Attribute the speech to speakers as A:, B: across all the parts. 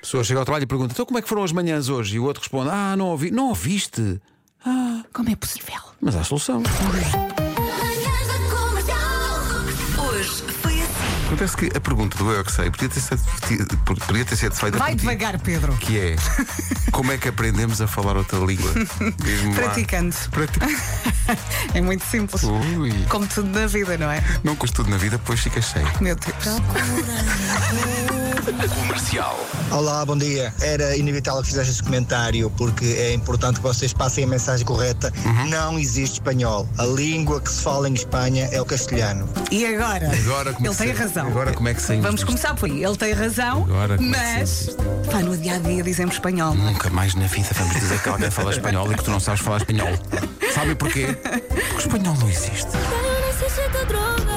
A: pessoa chega ao trabalho e pergunta: Então como é que foram as manhãs hoje? E o outro responde: Ah, não ouvi. Não ouviste?
B: Como é possível?
A: Mas há solução.
C: Manhãs da comercial. Hoje foi assim.
D: Acontece que a pergunta do Eu É Que Sei podia ter sido, podia ter sido feita
E: Vai
D: por ti,
E: devagar, Pedro.
D: Que é, como é que aprendemos a falar outra língua? Diz-me lá.
E: Praticando.
D: Prati-
E: É muito simples.
D: Ui,
E: Como tudo na vida, não é?
D: não custa tudo na vida, pois fica cheio.
E: Meu Deus.
F: Olá, bom dia. Era inevitável que fizesse esse comentário porque é importante que vocês passem a mensagem correta. Não existe espanhol. A língua que se fala em Espanha é o castelhano.
E: E agora?
D: Agora como é
E: Ele
D: que
E: tem
D: se-
E: razão.
D: Agora como é que saímos
E: Vamos
D: disto?
E: começar por aí. Ele tem razão,
D: Agora como é que
E: mas pá, no dia a dia dizemos espanhol.
D: Nunca mais na vida vamos dizer que alguém fala espanhol e que tu não sabes falar espanhol. Sabe porquê? Porque o espanhol não existe.
C: Eu necessito de drogas.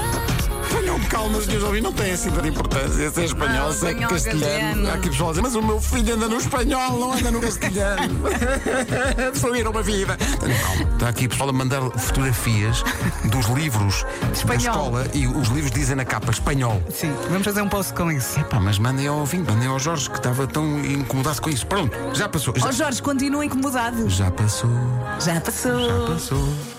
D: Espanhol, calma, os meus ouvintes, não tem assim tanta importância. Se é espanhol,
E: Ah,
D: se é
E: espanhol,
D: castelhano.
E: castelhano.
D: Há aqui pessoal a dizer, mas o meu filho anda no espanhol, não anda no castelhano. Destruíram uma vida. Tenham calma. Está aqui pessoal a mandar fotografias dos livros da
E: espanhol.
D: escola e os livros dizem na capa espanhol.
E: Sim, vamos fazer um post com isso.
D: Pá, mas mandem ao ouvinte, mandem ao Jorge que estava tão incomodado com isso. Pronto, já passou. Já,
E: Ó Jorge, continua incomodado.
D: já passou.
E: Já passou.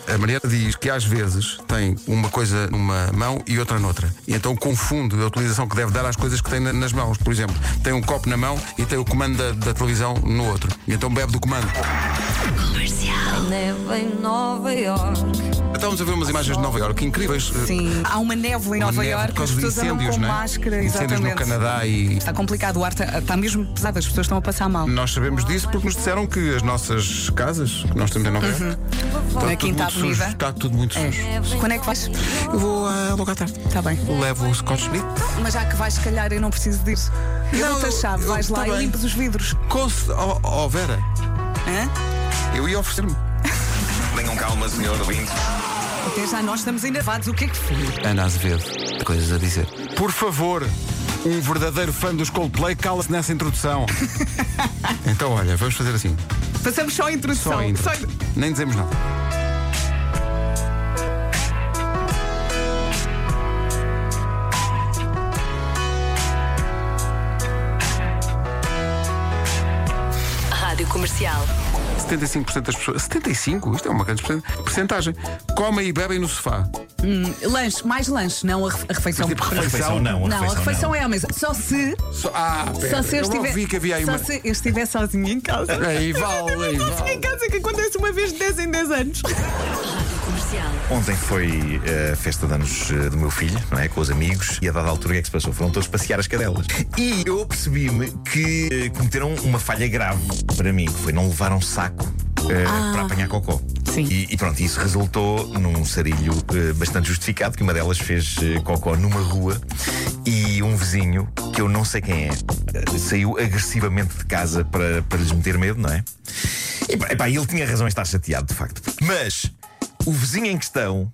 D: A Mariana diz que às vezes tem uma coisa numa mão e outra noutra. E então confunde a utilização que deve dar às coisas que tem na- nas mãos. Por exemplo, tem um copo na mão e tem o comando da, da televisão no outro. E então bebe do comando.
C: Neve em Nova York.
D: Estamos a ver umas imagens de Nova Iorque incríveis. eh,
E: Sim, há uma névoa em
D: uma
E: Nova
D: neve
E: Iorque,
D: por
E: as
D: causa de
E: pessoas andam
D: incêndios,
E: com
D: não é?
E: máscara,
D: Incêndios no
E: exatamente.
D: Canadá e.
E: Está complicado, o ar está, está mesmo pesado, as pessoas estão a passar mal.
D: Nós sabemos disso porque nos disseram que as nossas casas, que nós temos em Nova Iorque, está,
E: Na
D: tudo
E: Uhum. Quinta
D: muito sujo,
E: Avenida.
D: está tudo muito sujo.
E: Quando é que vais?
D: Eu vou ah, logo à tarde.
E: Está bem.
D: Levo o Scotch Brite.
E: Mas já que vais, se calhar eu não preciso disso. Eu
D: Não,
E: dou-te a chave,
D: eu-
E: vais
D: tá
E: lá
D: bem.
E: e limpas os vidros.
D: Com oh, oh, Vera,
E: Hã?
D: eu ia oferecer-me.
G: Tenham calma, senhor ouvinte.
E: Até já nós estamos enervados. O que é que foi?
D: Ana Azevedo, coisas a dizer. Por favor, um verdadeiro fã dos Coldplay cala-se nessa introdução. então, olha, vamos fazer assim.
E: Passamos só a introdução.
D: Só a intro.
E: só a-
D: Nem dizemos nada.
B: Rádio Comercial.
D: 75% das pessoas. 75? Isto é uma grande percent- percentagem. Comem e bebem no sofá.
E: Lanche, mais lanche, não a, ref- a refeição.
D: Mas tipo refeição.
G: não,
E: um não, a refeição é à mesa. Só se,
D: Só- ah,
E: só
D: pera,
E: se
D: eu
E: eu
D: logo
E: estiver.
D: vi que havia aí
E: só
D: uma.
E: se eu estiver sozinha em casa.
D: Aí vale, aí
E: Sozinha
D: vale.
E: em casa que acontece uma vez de 10 em 10 anos.
G: Ontem foi eh, a festa de anos eh, do meu filho, não é? Com os amigos, e a dada altura o que é que se passou? Foram todos passear as cadelas. E eu percebi-me que eh, cometeram uma falha grave para mim, que foi não levar um saco. eh, Para apanhar cocó.
E: Sim.
G: E, e pronto, isso resultou num sarilho eh, bastante justificado, que uma delas fez eh, cocó numa rua e um vizinho, que eu não sei quem é, eh, saiu agressivamente de casa para, para lhes meter medo, não é? E pá, epá, ele tinha razão em estar chateado, de facto. Mas o vizinho em questão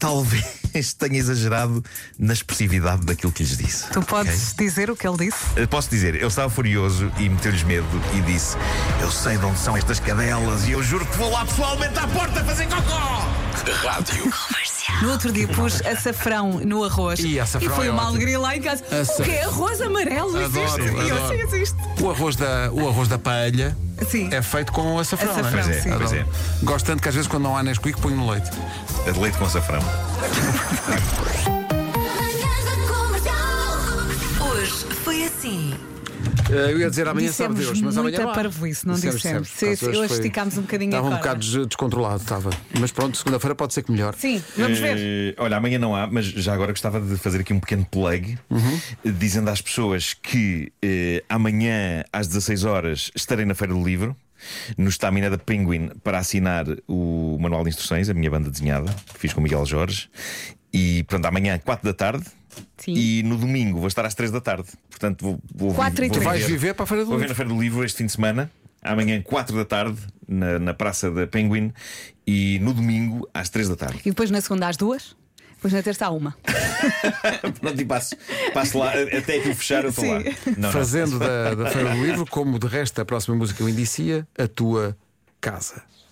G: talvez tenha exagerado na expressividade daquilo que lhes disse.
E: Tu podes dizer o que ele disse?
G: Eh, Posso dizer, ele estava furioso e meteu-lhes medo e disse: Eu sei de onde são estas cadelas e eu juro que vou lá pessoalmente à porta fazer cocó!
E: No outro dia pus açafrão no arroz.
D: E açafrão
E: foi
D: é
E: uma
D: ótimo.
E: alegria lá em casa.
D: Aça-
E: O que é arroz amarelo? existe?
D: Adoro,
E: E eu
D: adoro.
E: sim, existe.
D: O arroz da, o arroz da paella
E: Sim.
D: é feito com açafrão, não é?
E: Açafrão, Pois é, sim.
G: pois
D: Adoro. Gosto tanto que às vezes quando não há Nesquik ponho no leite.
G: É de leite com açafrão.
C: Manhãs da comercial. Hoje foi assim.
A: Eh, Eu ia dizer amanhã sabe
E: Dissemos
A: Deus, mas amanhã.
E: muita
A: há.
E: parvoíce, não dissemos.
A: Por acaso
E: Sim, hoje esticámos um bocadinho a
A: Estava um
E: corda.
A: bocado des- descontrolado, estava. Mas pronto, segunda-feira pode ser que melhor.
E: Sim, vamos ver.
G: Eh, olha, amanhã não há, mas já agora gostava de fazer aqui um pequeno plug,
E: Uhum.
G: eh, dizendo às pessoas que eh, amanhã às 16 horas estarei na Feira do Livro. No Estamina da Penguin para assinar o Manual de Instruções, a minha banda desenhada, que fiz com o Miguel Jorge. E pronto, amanhã, 4 da tarde.
E: Sim.
G: E no domingo vou estar às 3 da tarde. Portanto, vou, vou,
E: Quatro e
G: vou
E: três.
D: Vais viver para a Feira do
G: Vou ver
D: Livro.
G: na Feira do Livro este fim de semana, amanhã, 4 da tarde, na, na Praça da Penguin. E no domingo, às 3 da tarde.
E: E depois na segunda às duas, depois na terça à uma.
G: Pronto, e passo, passo lá até que fechar, eu estou lá.
E: Sim.
G: Não,
A: Fazendo da, da Feira do Livro, como de resto a próxima música o indicia, a tua casa.